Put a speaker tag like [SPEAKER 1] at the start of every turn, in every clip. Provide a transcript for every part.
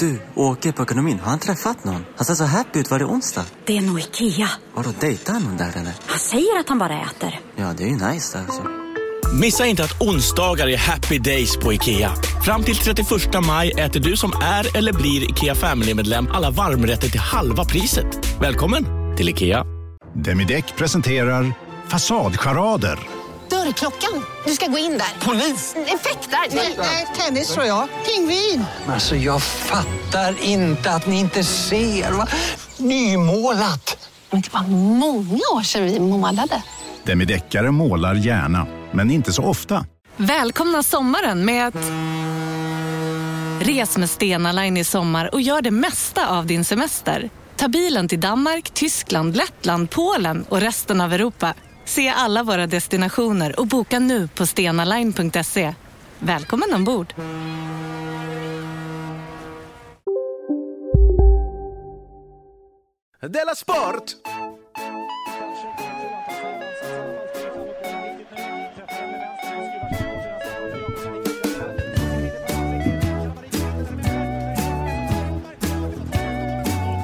[SPEAKER 1] Du, åker på ekonomin. Har han träffat någon? Han ser så happy ut. Var det onsdag?
[SPEAKER 2] Det är nog Ikea.
[SPEAKER 1] Har du dejtat någon där eller?
[SPEAKER 2] Han säger att han bara äter.
[SPEAKER 1] Ja, det är ju nice alltså.
[SPEAKER 3] Missa inte att onsdagar är happy days på IKEA. Fram till 31 maj äter du som är eller blir IKEA Family-medlem alla varmrätter till halva priset. Välkommen till IKEA.
[SPEAKER 4] Demideck presenterar Fasadcharader.
[SPEAKER 5] Dörrklockan. Du ska gå in där. Polis? Effektar? Nej, tennis tror jag. Pingvin.
[SPEAKER 6] Alltså jag fattar inte att ni inte ser. Va? Nymålat!
[SPEAKER 7] Men
[SPEAKER 5] typ,
[SPEAKER 7] det var många år sedan vi målade.
[SPEAKER 4] Demideckare målar gärna, men inte så ofta.
[SPEAKER 8] Välkomna sommaren med att... Res med Stena Line i sommar och gör det mesta av din semester. Ta bilen till Danmark, Tyskland, Lettland, Polen och resten av Europa. Se alla våra destinationer och boka nu på stenaline.se. Välkommen ombord!
[SPEAKER 9] Della Sport!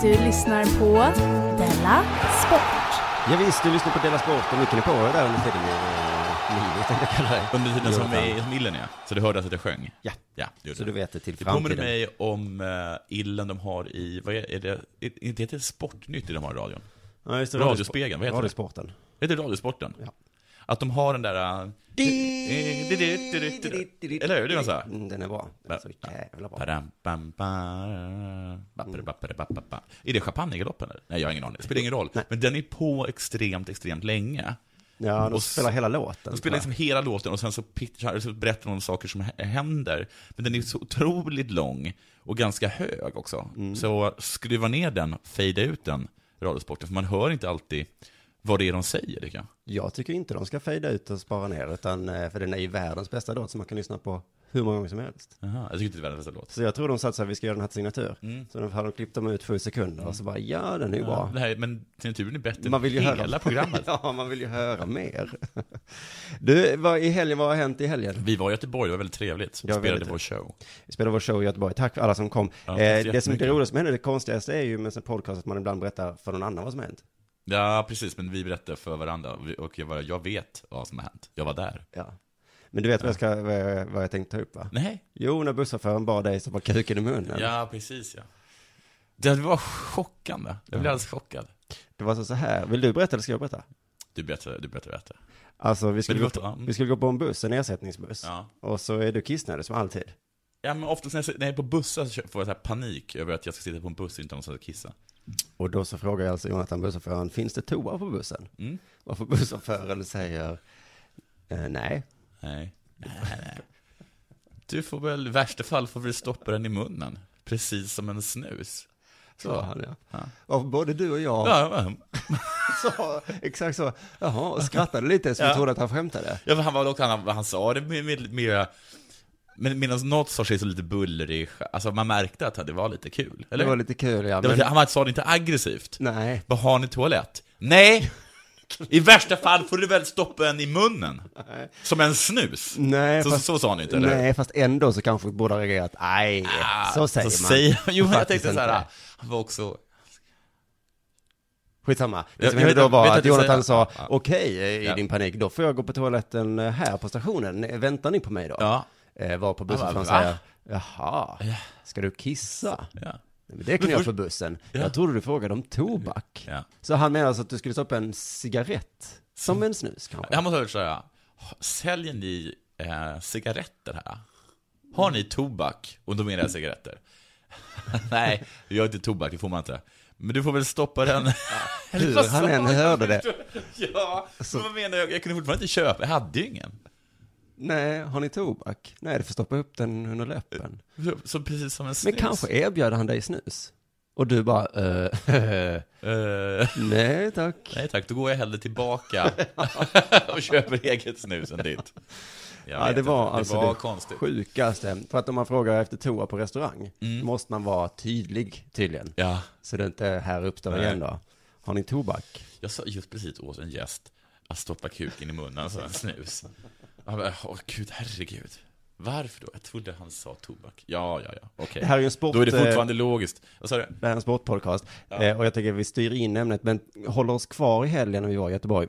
[SPEAKER 10] Du lyssnar på Della Sport.
[SPEAKER 11] Ja, visst, du lyssnar på Dela Sport och mycket på dig där under tiden i eh, livet, tänkte jag kalla dig.
[SPEAKER 12] Under tiden som
[SPEAKER 11] Jonathan.
[SPEAKER 12] vi som illen ja. Så du hörde alltså att jag sjöng?
[SPEAKER 11] Ja.
[SPEAKER 12] ja det gjorde
[SPEAKER 11] Så du vet det till
[SPEAKER 12] Det
[SPEAKER 11] framtiden.
[SPEAKER 12] påminner mig om eh, illen de har i, vad är, är det, är- inte heter det Sportnytt det de har i radion?
[SPEAKER 11] Ja, just det,
[SPEAKER 12] Radiospegeln, vad heter det?
[SPEAKER 11] Radiosporten.
[SPEAKER 12] Heter det Radiosporten?
[SPEAKER 11] Ja.
[SPEAKER 12] Att de har den där... eh, Eller hur? Det är någon sån här...
[SPEAKER 11] Mm, Den är bra. Den är så jävla bra.
[SPEAKER 12] Padam, bam, ba, bappere, bappere, bappere, ba. Är det champagnegaloppen eller? Nej, jag har ingen aning. Det spelar ingen roll. Men den är på extremt, extremt länge.
[SPEAKER 11] Ja, de
[SPEAKER 12] Och
[SPEAKER 11] spelar
[SPEAKER 12] s-
[SPEAKER 11] hela låten.
[SPEAKER 12] De spelar
[SPEAKER 11] tror
[SPEAKER 12] liksom hela låten och sen så, pitchar, så berättar de om saker som h- händer. Men den är så otroligt lång och ganska hög också.
[SPEAKER 11] Mm.
[SPEAKER 12] Så skruva ner den, fejda ut den, Radiosporten, för man hör inte alltid vad det är de säger, tycker jag.
[SPEAKER 11] jag. jag tycker inte de ska fejda ut och spara ner, utan, eh, för den är ju världens bästa låt som man kan lyssna på hur många gånger som helst.
[SPEAKER 12] Aha, jag tycker inte det är världens bästa låt. Mm.
[SPEAKER 11] Så jag tror de satsar att vi ska göra den här till signatur. Så de har de klippt dem ut sju sekunder och så bara, ja den är ju bra.
[SPEAKER 12] Det här, men signaturen är bättre
[SPEAKER 11] Man vill ju
[SPEAKER 12] än
[SPEAKER 11] höra.
[SPEAKER 12] hela programmet.
[SPEAKER 11] ja, man vill ju höra mer. Du, vad, i helgen, vad har hänt i helgen?
[SPEAKER 12] Vi var i Göteborg, det var väldigt trevligt. Vi
[SPEAKER 11] Ja,
[SPEAKER 12] spelade
[SPEAKER 11] väldigt.
[SPEAKER 12] vår show.
[SPEAKER 11] Vi spelade vår show i Göteborg, tack för alla som kom.
[SPEAKER 12] Ja, tack så
[SPEAKER 11] eh, det som det
[SPEAKER 12] jättemycket.
[SPEAKER 11] roligaste som hände, det konstigaste är ju med en podcast att man ibland berättar för någon annan vad som har hänt.
[SPEAKER 12] Ja, precis, men vi berättade för varandra och vi- och jag, bara, jag vet vad som har hänt. Jag var där.
[SPEAKER 11] Ja. Men du vet vad jag, ska, vad jag- vad jag tänkte ta upp va?
[SPEAKER 12] Nej.
[SPEAKER 11] Jo, när busschauffören bad dig som var kuken i munnen.
[SPEAKER 12] Ja, precis ja. Det var chockande. Jag blev alldeles chockad.
[SPEAKER 11] Det var så, så här, vill du berätta eller ska jag berätta?
[SPEAKER 12] Du berättar, du berättar, berättar.
[SPEAKER 11] Alltså vi skulle,
[SPEAKER 12] du
[SPEAKER 11] gå,
[SPEAKER 12] berätta?
[SPEAKER 11] på,
[SPEAKER 12] Mm.
[SPEAKER 11] vi skulle gå på en buss, en ersättningsbuss.
[SPEAKER 12] Ja.
[SPEAKER 11] Och så är du kissnödig som alltid.
[SPEAKER 12] Ja, men oftast när jag, när jag är på bussar så får jag så här panik över att jag ska sitta på en buss och inte ha någonstans att kissa.
[SPEAKER 11] Och då så frågar jag alltså Jonathan busschauffören, finns det toa på bussen?
[SPEAKER 12] Mm.
[SPEAKER 11] Varför busschauffören säger, eh, nej.
[SPEAKER 12] Nej. Du får väl, i värsta fall får vi stoppa den i munnen. Precis som en snus.
[SPEAKER 11] Så
[SPEAKER 12] Ja.
[SPEAKER 11] han ja.
[SPEAKER 12] Ja.
[SPEAKER 11] Och både du och jag
[SPEAKER 12] Ja, men-
[SPEAKER 11] sa exakt så, jaha, och skrattade lite så vi
[SPEAKER 12] Ja.
[SPEAKER 11] trodde att han skämtade.
[SPEAKER 12] ja men han var också, han, han sa det med, med, med men medan något sorts är så lite bullrig, alltså man märkte att det var lite kul, eller?
[SPEAKER 11] Det var lite kul ja,
[SPEAKER 12] Det var-
[SPEAKER 11] men,
[SPEAKER 12] Han sa det inte aggressivt.
[SPEAKER 11] nej.
[SPEAKER 12] Vad har ni toalett? Nej! I värsta fall får du väl stoppa en i munnen? Som en snus?
[SPEAKER 11] Nej,
[SPEAKER 12] så,
[SPEAKER 11] fast-
[SPEAKER 12] så sa han inte, eller hur?
[SPEAKER 11] Nej, fast ändå så kanske vi borde ha reagerat, nej, så säger
[SPEAKER 12] Ah, så
[SPEAKER 11] man.
[SPEAKER 12] Säger, jo, men jag
[SPEAKER 11] Faktiskt
[SPEAKER 12] tänkte så här,
[SPEAKER 11] inte.
[SPEAKER 12] han var också...
[SPEAKER 11] Skitsamma. Det
[SPEAKER 12] Jag-
[SPEAKER 11] som hände
[SPEAKER 12] jag vet
[SPEAKER 11] då
[SPEAKER 12] att- vet
[SPEAKER 11] var
[SPEAKER 12] att
[SPEAKER 11] att
[SPEAKER 12] du
[SPEAKER 11] Jonathan
[SPEAKER 12] säger-
[SPEAKER 11] sa,
[SPEAKER 12] Ja.
[SPEAKER 11] okej, eh, i
[SPEAKER 12] Ja.
[SPEAKER 11] din panik, då får jag gå på toaletten eh, här på stationen, Eh, väntar ni på mig då?
[SPEAKER 12] Ja. Ah,
[SPEAKER 11] Eh, var på bussen
[SPEAKER 12] Han bara,
[SPEAKER 11] som säger, jaha, ska du kissa?
[SPEAKER 12] Ja.
[SPEAKER 11] Nej, Men det kan
[SPEAKER 12] Men
[SPEAKER 11] jag
[SPEAKER 12] först-
[SPEAKER 11] för bussen.
[SPEAKER 12] Ja.
[SPEAKER 11] Jag trodde du frågade om tobak.
[SPEAKER 12] Ja.
[SPEAKER 11] Så han menar alltså att du skulle stoppa en cigarett, som en snus kanske?
[SPEAKER 12] Han måste ha hört så här, säljer ni eh, cigaretter här? Har ni tobak? Och då menar jag cigaretter. Nej, vi har inte tobak, det får man inte. Men du får väl stoppa den. Eller
[SPEAKER 11] Hur
[SPEAKER 12] vad
[SPEAKER 11] han
[SPEAKER 12] sa
[SPEAKER 11] än
[SPEAKER 12] jag?
[SPEAKER 11] hörde det.
[SPEAKER 12] Ja, men vad menar jag? Jag kunde fortfarande inte köpa, jag hade ju ingen.
[SPEAKER 11] Nej, har ni tobak? Nej, du får stoppa upp den under läppen.
[SPEAKER 12] Så, så precis som en
[SPEAKER 11] Men
[SPEAKER 12] snus.
[SPEAKER 11] kanske erbjöd han dig snus? Och du bara, eh,
[SPEAKER 12] Eh,
[SPEAKER 11] nej tack.
[SPEAKER 12] nej tack, då går jag hellre tillbaka och köper eget snus än ditt. Jag
[SPEAKER 11] Ja,
[SPEAKER 12] vet
[SPEAKER 11] det var
[SPEAKER 12] inte.
[SPEAKER 11] alltså
[SPEAKER 12] det var
[SPEAKER 11] det
[SPEAKER 12] konstigt.
[SPEAKER 11] sjukaste. För att om man frågar efter toa på restaurang,
[SPEAKER 5] Mm.
[SPEAKER 11] måste man vara tydlig tydligen.
[SPEAKER 12] Ja.
[SPEAKER 11] Så det inte här uppstår
[SPEAKER 12] Nej.
[SPEAKER 11] igen då. Har ni tobak?
[SPEAKER 12] Jag sa just precis åt en gäst att stoppa kuken i munnen så en snus. Han bara, åh gud, herregud. Varför då? Jag trodde han sa tobak. Ja, ja, ja. Okej.
[SPEAKER 6] Det här är ju en sport,
[SPEAKER 12] Då är det fortfarande
[SPEAKER 6] eh,
[SPEAKER 12] logiskt. Vad sa du?
[SPEAKER 6] Det här är en sportpodcast. Eh, och jag tänker att vi styr in ämnet, men håller oss kvar i helgen när vi var i Göteborg.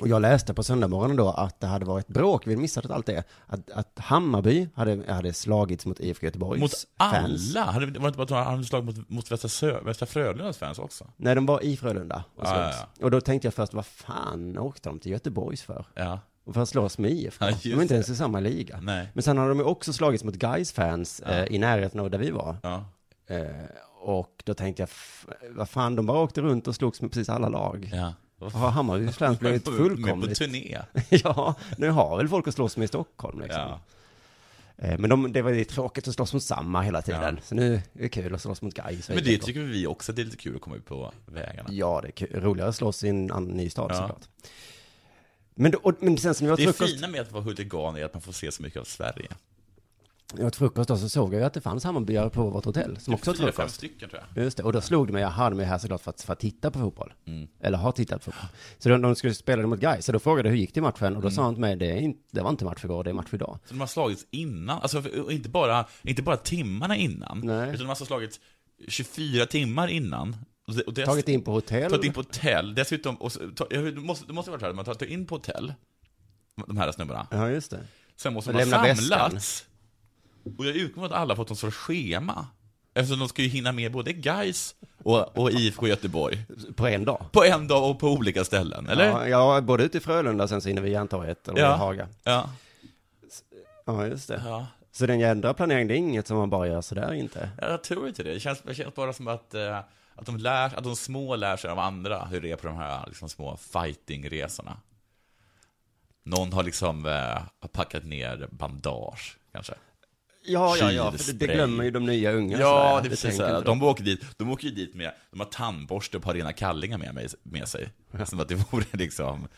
[SPEAKER 6] Och jag läste på söndagsmorgonen då att det hade varit bråk, vi missade allt det, att, att Hammarby hade, hade slagits mot IFK Göteborgs
[SPEAKER 12] Mot
[SPEAKER 6] fans.
[SPEAKER 12] alla? Hade- Var det inte bara att han hade slag mot, mot Västra, Sö, Västra Frölundas fans också?
[SPEAKER 6] Nej, de var i Frölunda och
[SPEAKER 12] Ja,
[SPEAKER 6] slogs.
[SPEAKER 12] ja,
[SPEAKER 6] Och då tänkte jag först, vad fan åkte de till Göteborgs för?
[SPEAKER 12] Ja.
[SPEAKER 6] Och för att slåss med IFK?
[SPEAKER 12] Ja, just
[SPEAKER 6] de är inte ens i
[SPEAKER 12] det.
[SPEAKER 6] samma liga.
[SPEAKER 12] Nej.
[SPEAKER 6] Men sen har de ju också slagits mot guys fans eh, i närheten av där vi var.
[SPEAKER 12] Ja.
[SPEAKER 6] Eh, och då tänkte jag, f- vad fan, de bara åkte runt och slogs med precis alla lag.
[SPEAKER 12] Ja.
[SPEAKER 6] Har Hammarby fans blivit
[SPEAKER 12] Med på- med på
[SPEAKER 6] fullkomligt...
[SPEAKER 12] turné.
[SPEAKER 6] ja, nu har väl folk att slåss med i Stockholm liksom.
[SPEAKER 12] Ja.
[SPEAKER 6] Eh, Men de, det var ju tråkigt att slåss mot samma hela tiden. Så nu är det kul att slåss mot guys.
[SPEAKER 12] Men det tycker vi också att det är lite kul att komma ut på vägarna.
[SPEAKER 6] Ja, det är kul. roligare att slåss i en annan ny stad
[SPEAKER 12] Ja.
[SPEAKER 6] såklart. Men, då, och, men sen som vi åt
[SPEAKER 12] Det
[SPEAKER 6] frukost,
[SPEAKER 12] fina med att vara huligan är att man får se så mycket av Sverige.
[SPEAKER 6] jag åt frukost då så såg jag ju att det fanns Hammarbyare på vårt hotell som
[SPEAKER 12] Det är
[SPEAKER 6] också åt
[SPEAKER 12] fyra, fem
[SPEAKER 6] frukost.
[SPEAKER 12] stycken, tror
[SPEAKER 6] jag. Just det, och då slog det mig, jaha, de är här såklart för att, för att titta på fotboll.
[SPEAKER 12] Mm.
[SPEAKER 6] Eller har tittat på fotboll. Så de, de skulle spela mot Gais, så då frågade jag hur gick det i matchen? Och då sa han till mig, det, är inte, det var inte match igår, det är match idag.
[SPEAKER 12] Så de har slagits innan, alltså och inte bara, inte bara timmarna innan, utan de har alltså slagits 24 timmar innan. Och det- och dess-
[SPEAKER 6] Tagit in på hotell.
[SPEAKER 12] Tagit in på hotell, dessutom, och, så- ta, jag- det måste, det måste vara så här, man tar in på hotell, de här snubbarna.
[SPEAKER 6] Ja, just det.
[SPEAKER 12] Sen måste
[SPEAKER 6] Och
[SPEAKER 12] de
[SPEAKER 6] lämna
[SPEAKER 12] ha
[SPEAKER 6] väskan.
[SPEAKER 12] samlats. Och jag utgår från att alla fått någon sorts schema. Eftersom de ska ju hinna med både Gais och, och IFK Göteborg.
[SPEAKER 6] På en dag?
[SPEAKER 12] På en dag och på olika ställen, eller?
[SPEAKER 6] Ja, ja, både ute i Frölunda sen så inne vid Järntorget, eller
[SPEAKER 12] Ja.
[SPEAKER 6] i Haga.
[SPEAKER 12] Ja.
[SPEAKER 6] Ja, just det.
[SPEAKER 12] Ja.
[SPEAKER 6] Så den ändrar planeringen, det är inget som man bara gör sådär inte.
[SPEAKER 12] Ja, Jag tror inte det. Det känns, det känns bara som att, eh, att, de lär, att de små lär sig av andra hur det är på de här liksom, små fightingresorna. Någon har liksom eh, packat ner bandage, kanske.
[SPEAKER 6] Ja, ja, ja, för det, det
[SPEAKER 12] Kylspray.
[SPEAKER 6] glömmer ju de nya unga.
[SPEAKER 12] Ja,
[SPEAKER 6] sådär.
[SPEAKER 12] det är precis
[SPEAKER 6] tänker
[SPEAKER 12] så här.
[SPEAKER 6] inte
[SPEAKER 12] De åker, dit, de åker ju dit med, de har tandborste och ett par rena kallingar med, mig, med sig. Som att det vore liksom,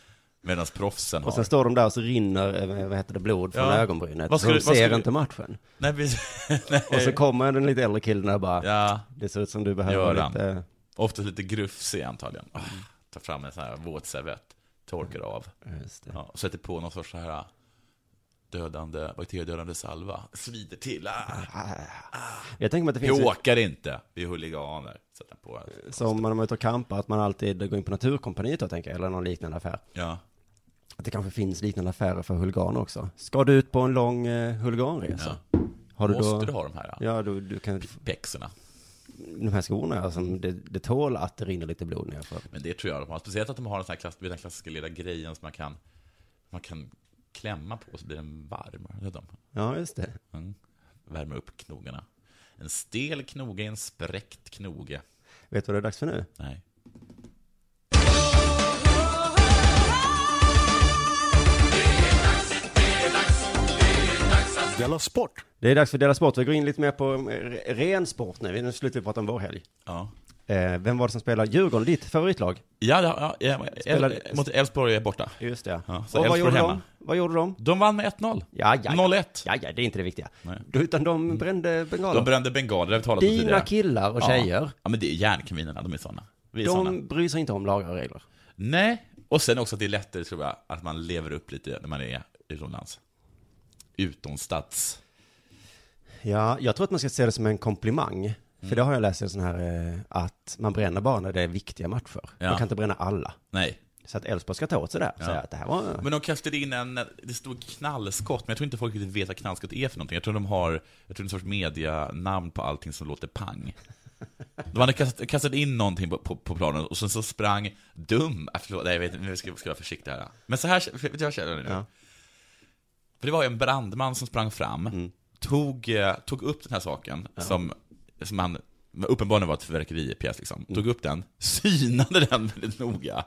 [SPEAKER 12] medan proffsen har.
[SPEAKER 6] Och sen står de där och så rinner, eh, vad heter det, blod från
[SPEAKER 12] Ja.
[SPEAKER 6] ögonbrynet.
[SPEAKER 12] Vad
[SPEAKER 6] så
[SPEAKER 12] ska
[SPEAKER 6] de
[SPEAKER 12] du- vad
[SPEAKER 6] ser
[SPEAKER 12] ska du-
[SPEAKER 6] inte matchen.
[SPEAKER 12] Nej, precis. Nej.
[SPEAKER 6] Och så kommer den lite äldre killen och bara,
[SPEAKER 12] Ja.
[SPEAKER 6] det ser ut som du behöver
[SPEAKER 12] Göran.
[SPEAKER 6] lite...
[SPEAKER 12] Oftast lite grufsig antagligen. Ah, tar fram en sån här våtservett, torkar av.
[SPEAKER 6] Just det.
[SPEAKER 12] Ja, och sätter på någon sorts så här ah, dödande, bakteriedödande salva. Svider till. Ah.
[SPEAKER 6] Jag tänker mig att det
[SPEAKER 12] Vi
[SPEAKER 6] finns...
[SPEAKER 12] åker inte, vi är huliganer. Sätter på.
[SPEAKER 6] ju- Som när man är ute och campar, att man alltid går in på Naturkompaniet då, tänker jag, eller någon liknande affär.
[SPEAKER 12] Ja.
[SPEAKER 6] Att det kanske finns liknande affärer för huliganer också. Ska du ut på en lång eh, huliganresa? Har du då-
[SPEAKER 12] Måste du ha de här? Ja.
[SPEAKER 6] Ja, du, du kan...
[SPEAKER 12] Pexorna.
[SPEAKER 6] De här skorna, alltså, det, det tål att det rinner lite blod nerför.
[SPEAKER 12] Men det tror jag de har. Speciellt att de har den, sån här klass, den här klassiska lilla grejen som man kan, man kan klämma på så blir den varm. Vet du?
[SPEAKER 6] Ja, just det.
[SPEAKER 12] Mm. Värmer upp knogarna. En stel knoge är en spräckt knoge.
[SPEAKER 6] Vet du vad det är dags för nu?
[SPEAKER 12] Nej.
[SPEAKER 13] Della Sport.
[SPEAKER 6] Det är dags för Dela Sport. Vi går in lite mer på eh, ren sport nu. Nu slutar vi prata om vår helg.
[SPEAKER 12] Ja.
[SPEAKER 6] Eh, vem var det som spelade Djurgården, ditt favoritlag?
[SPEAKER 12] Ja, ja, ja, ja
[SPEAKER 6] Spelade-
[SPEAKER 12] El, mot Elfsborg är borta.
[SPEAKER 6] Just det.
[SPEAKER 12] Ja, så
[SPEAKER 6] Och vad
[SPEAKER 12] Elfsborg
[SPEAKER 6] gjorde
[SPEAKER 12] hemma.
[SPEAKER 6] de? Vad gjorde de?
[SPEAKER 12] De vann med 1-0.
[SPEAKER 6] Ja, ja, ja.
[SPEAKER 12] 0-1.
[SPEAKER 6] Ja, ja, det är inte det viktiga.
[SPEAKER 12] Nej.
[SPEAKER 6] Då- Utan de brände bengaler.
[SPEAKER 12] De brände bengaler, det har vi talat om
[SPEAKER 6] Dina
[SPEAKER 12] tidigare.
[SPEAKER 6] killar och tjejer.
[SPEAKER 12] Ja, ja men det är järnkaminerna, de är sådana. Vi är såna.
[SPEAKER 6] de bryr sig inte om lagar och regler.
[SPEAKER 12] Nej, och sen också att det är lättare tror jag att man lever upp lite när man är utomlands. Utomstads.
[SPEAKER 6] Ja, jag tror att man ska se det som en komplimang. För
[SPEAKER 12] Mm.
[SPEAKER 6] det har jag läst i en sån här, eh, att man bränner bara när det är viktiga matcher.
[SPEAKER 12] Ja.
[SPEAKER 6] Man kan inte bränna alla.
[SPEAKER 12] Nej.
[SPEAKER 6] Så att Elfsborg ska ta åt sig det här och
[SPEAKER 12] Ja.
[SPEAKER 6] säga att det här var...
[SPEAKER 12] Men de kastade in en, det stod knallskott, men jag tror inte folk riktigt vet vad knallskott är för någonting. Jag tror de har, jag tror en sorts medianamn på allting som låter pang. De hade kastat, kastat in någonting på, på, på planen och sen så sprang dum, äh, förlåt, nej jag vet inte, jag ska, ska vara försiktig här. Men så här, vet du vad jag känner nu?
[SPEAKER 6] Ja.
[SPEAKER 12] För det var ju en brandman som sprang fram,
[SPEAKER 6] Mm.
[SPEAKER 12] tog, eh, tog upp den här saken som, som han uppenbarligen var ett fyrverkeripjäs liksom.
[SPEAKER 6] Mm.
[SPEAKER 12] Tog upp den, synade den väldigt noga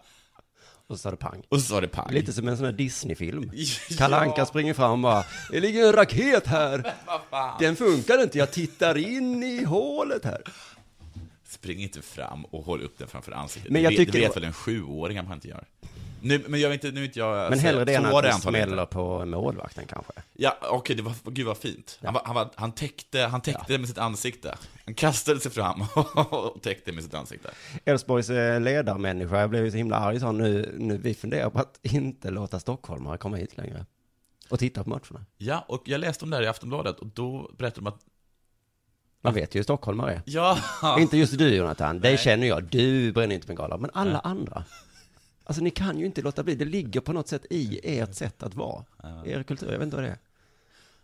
[SPEAKER 6] Och så sa det pang.
[SPEAKER 12] och så sa det pang.
[SPEAKER 6] Lite som en sån här Disney-film.
[SPEAKER 12] Ja.
[SPEAKER 6] Kalle Anka springer fram och bara, det ligger en raket här.
[SPEAKER 12] Vad fan?
[SPEAKER 6] Den funkar inte, jag tittar in i hålet här.
[SPEAKER 12] Spring inte fram och håll upp den framför ansiktet.
[SPEAKER 6] Men
[SPEAKER 12] Men
[SPEAKER 6] jag
[SPEAKER 12] jag det,
[SPEAKER 6] tycker-
[SPEAKER 12] vet- det vet väl en sjuåring att man inte gör. Nu, men jag vet inte, nu är inte jag...
[SPEAKER 6] Men hellre det än
[SPEAKER 12] var
[SPEAKER 6] att det
[SPEAKER 12] antagligen
[SPEAKER 6] smäller
[SPEAKER 12] inte.
[SPEAKER 6] på målvakten kanske.
[SPEAKER 12] Ja, okej, det var, gud vad fint. Han, var, han, var, han täckte, han täckte det med sitt ansikte. Han kastade sig fram och täckte med sitt ansikte.
[SPEAKER 6] Elfsborgs eh, ledarmänniska, jag blev ju så himla arg, sa han, nu, nu vi funderar på att inte låta stockholmare komma hit längre. Och titta på matcherna.
[SPEAKER 12] Ja, och jag läste om det här i Aftonbladet och då berättade de att...
[SPEAKER 6] Man vet ju hur stockholmare är.
[SPEAKER 12] Ja!
[SPEAKER 6] Inte just du Jonathan, dig känner jag. Du bränner inte bengaler. Men alla andra. Alltså ni kan ju inte låta bli. Det ligger på något sätt i ert sätt att vara. Er kultur, jag vet inte vad det är.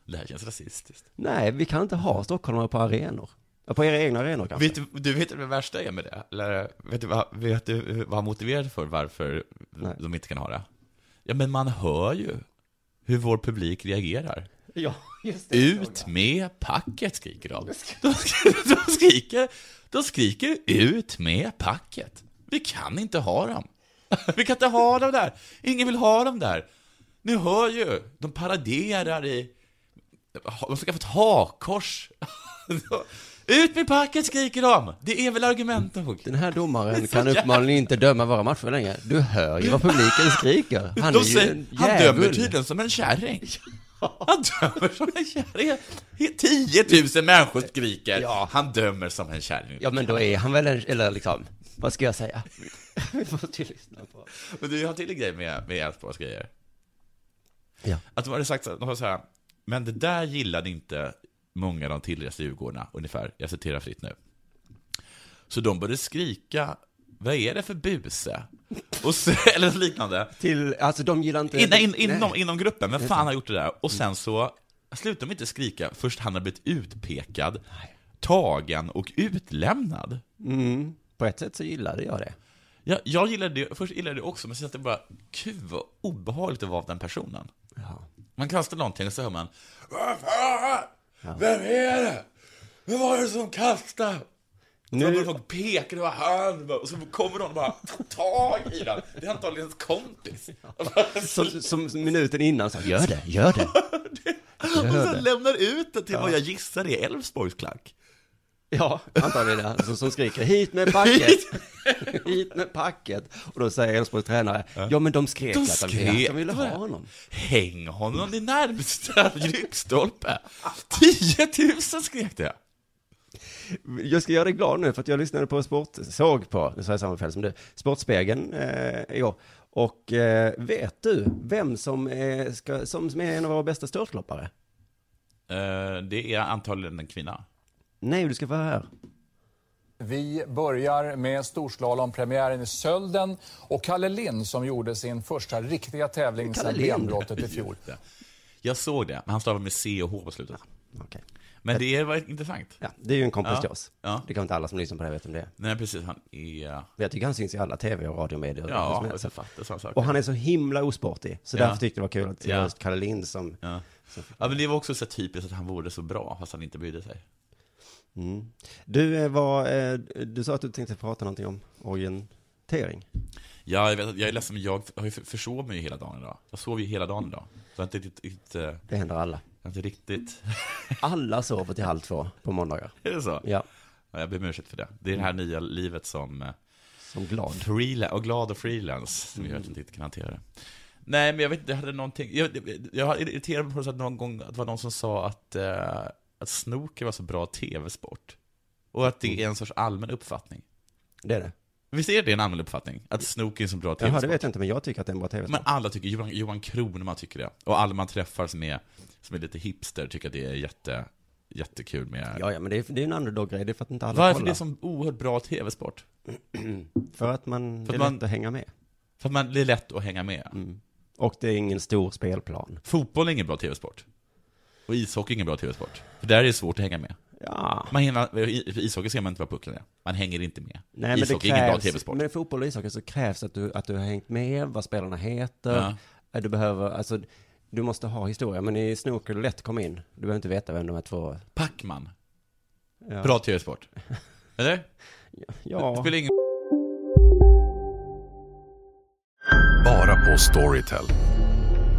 [SPEAKER 12] Det här känns rasistiskt.
[SPEAKER 6] Nej, vi kan inte ha stockholmare på arenor. Ja, På era egna arenor kanske.
[SPEAKER 12] Vet du, du vet vad det värsta är med det? Eller, vet, du, vad- vet du vad han motiverade för varför de inte kan ha det? Ja, men man hör ju hur vår publik reagerar.
[SPEAKER 6] Ja, just
[SPEAKER 12] Ut med packet, skriker de. De skriker, de skriker, de skriker ut med packet. Vi kan inte ha dem. Vi kan inte ha dem där. Ingen vill ha dem där. Ni hör ju, de paraderar i... De har skaffat hakkors. Ut med packet, skriker de. Det är väl argument nog.
[SPEAKER 6] Den här domaren
[SPEAKER 12] så
[SPEAKER 6] kan
[SPEAKER 12] jävla-
[SPEAKER 6] uppenbarligen inte döma våra matcher längre. Du hör ju vad publiken skriker. Han
[SPEAKER 12] de
[SPEAKER 6] är ju
[SPEAKER 12] säger,
[SPEAKER 6] en
[SPEAKER 12] han
[SPEAKER 6] djävul.
[SPEAKER 12] dömer tydligen som en kärring. Han dömer som en kärring. 10 000 människor skriker. Han dömer som en kärring.
[SPEAKER 6] Ja, men då är han väl en, eller liksom, vad ska jag säga? Vi måste ju lyssna på.
[SPEAKER 12] Men du, jag har till en grej med, med Elfsborgs grejer.
[SPEAKER 6] Ja.
[SPEAKER 12] Att de hade sagt så- de var så här, men det där gillade inte många av de tillresta Djurgårdarna, ungefär. Jag citerar fritt nu. Så de började skrika, vad är det för buse? Och så, eller något liknande.
[SPEAKER 6] Till, alltså de gillar inte...
[SPEAKER 12] In, in,
[SPEAKER 6] Nej.
[SPEAKER 12] inom, inom gruppen, men
[SPEAKER 6] Just
[SPEAKER 12] fan
[SPEAKER 6] det. Mm.
[SPEAKER 12] har gjort det där. Och sen så slutar de inte skrika, först han har blivit utpekad, tagen och utlämnad.
[SPEAKER 6] Mm, på ett sätt så gillade jag det.
[SPEAKER 12] Jag, jag gillade det, först gillade jag det också, men sen att det bara, gud vad obehagligt att vara den personen. Man kastar någonting och så hör man, "Vad fan? vem är det? Vem var det som kastade? Nu... Så börjar folk peka, det var han, och så kommer någon och bara tar tag i den. Det är antagligen ens kompis. Alltså,
[SPEAKER 6] Som, som som minuten innan sa, gör det, gör det.
[SPEAKER 12] Och
[SPEAKER 6] hör det.
[SPEAKER 12] sen lämnar ut det till vad jag gissar är Elfsborgs klack.
[SPEAKER 6] Ja, antagligen det. Alltså, som skriker, hit med packet. hit med packet. Och då säger Elfsborgs tränare, ja men de skrek
[SPEAKER 12] De
[SPEAKER 6] att de ville, att
[SPEAKER 12] skrek
[SPEAKER 6] de ville
[SPEAKER 12] det.
[SPEAKER 6] ha honom.
[SPEAKER 12] Häng honom i närmsta ryggstolpe. 10 000 skrek det.
[SPEAKER 6] Jag ska göra dig glad nu för att jag lyssnade på Sport, såg på, nu sa jag samma fel som du, Sportspegeln eh, igår. Och eh, vet du vem som är, ska, som, som är en av våra bästa störtloppare?
[SPEAKER 12] Eh, det är antagligen en kvinna.
[SPEAKER 6] Nej, du ska vara här.
[SPEAKER 9] Vi börjar med storslalompremiären i Sölden och Kalle Lind som gjorde sin första riktiga tävling
[SPEAKER 6] Kalle
[SPEAKER 9] sedan
[SPEAKER 6] Lind.
[SPEAKER 9] VM-brottet i fjol.
[SPEAKER 12] Jag såg det, men han stavar med C och H på slutet.
[SPEAKER 6] okej.
[SPEAKER 12] Men det var intressant.
[SPEAKER 6] Ja, det är ju en kompis
[SPEAKER 12] Ja.
[SPEAKER 6] till oss.
[SPEAKER 12] Ja.
[SPEAKER 6] Det kan inte alla som lyssnar på det här vet om det är.
[SPEAKER 12] Nej, precis. Han är...
[SPEAKER 6] Men jag tycker han syns i alla tv och radiomedier.
[SPEAKER 12] Ja,
[SPEAKER 6] Som
[SPEAKER 12] jag
[SPEAKER 6] helst.
[SPEAKER 12] fattar sådana saker.
[SPEAKER 6] och han är så himla osportig. Så
[SPEAKER 12] Ja.
[SPEAKER 6] därför tyckte jag det var kul att det
[SPEAKER 12] Ja.
[SPEAKER 6] var just Kalle Lind som...
[SPEAKER 12] Ja. ja, men det var också så typiskt att han vore så bra, fast han inte brydde sig.
[SPEAKER 6] Mm. Du, eh, var, eh, du sa att du tänkte prata någonting om orientering.
[SPEAKER 12] Ja, jag, vet, att- jag är ledsen, men jag har ju för- försov mig ju hela dagen idag. Jag sov ju hela dagen idag. Så jag har inte riktigt... inte-
[SPEAKER 6] Det händer alla.
[SPEAKER 12] jag har inte riktigt...
[SPEAKER 6] Alla sover till halv två på måndagar.
[SPEAKER 12] Är det så?
[SPEAKER 6] Ja.
[SPEAKER 12] Ja, jag ber om ursäkt för det. Det är det här nya livet som... eh,
[SPEAKER 6] Mm. Som glad. Mm.
[SPEAKER 12] Freela- och glad och freelance, som gör att jag inte riktigt kan hantera det. Nej, men jag vet inte, jag hade någonting... Jag, jag irriterade mig på det att någon gång att det var någon som sa att, eh, att snooker var så bra tv-sport. Och att det är en sorts allmän uppfattning.
[SPEAKER 6] Det är det.
[SPEAKER 12] Visst är det en allmän uppfattning? Att snooker är en så bra
[SPEAKER 6] Jaha,
[SPEAKER 12] tv-sport?
[SPEAKER 6] det vet jag inte, men jag tycker att det är en bra tv
[SPEAKER 12] Men alla tycker, Johan, Johan Kronman tycker det. Och alla man träffar som är, som är lite hipster tycker att det är jätte, jättekul med...
[SPEAKER 6] Ja, ja, men det är, det är en underdog-grej. Det är för att inte alla
[SPEAKER 12] Varför
[SPEAKER 6] kollar.
[SPEAKER 12] det är som oerhört bra tv-sport?
[SPEAKER 6] För att man...
[SPEAKER 12] För
[SPEAKER 6] det
[SPEAKER 12] att
[SPEAKER 6] är
[SPEAKER 12] man-
[SPEAKER 6] lätt att hänga med.
[SPEAKER 12] För att man det är lätt att hänga med.
[SPEAKER 6] Mm. Och det är ingen stor spelplan.
[SPEAKER 12] Fotboll är ingen bra tv-sport. Och ishockey är ingen bra tv-sport. För där är det svårt att hänga med.
[SPEAKER 6] Ja.
[SPEAKER 12] Man hinner, i, för ishockey ser man inte var pucken är. Man hänger inte med.
[SPEAKER 6] Nej, men
[SPEAKER 12] ishockey
[SPEAKER 6] det
[SPEAKER 12] är ingen bra
[SPEAKER 6] krävs-
[SPEAKER 12] tv-sport.
[SPEAKER 6] Men i fotboll och ishockey så krävs att du, att du har hängt med, vad spelarna heter. Du behöver, alltså, du måste ha historia. Men i snooker är det lätt att komma in. Du behöver inte veta vem de här två...
[SPEAKER 12] Pacman.
[SPEAKER 6] Ja.
[SPEAKER 12] Bra tv-sport. Eller? Det
[SPEAKER 6] Ja.
[SPEAKER 12] spelar ingen...
[SPEAKER 14] Bara på Storytel.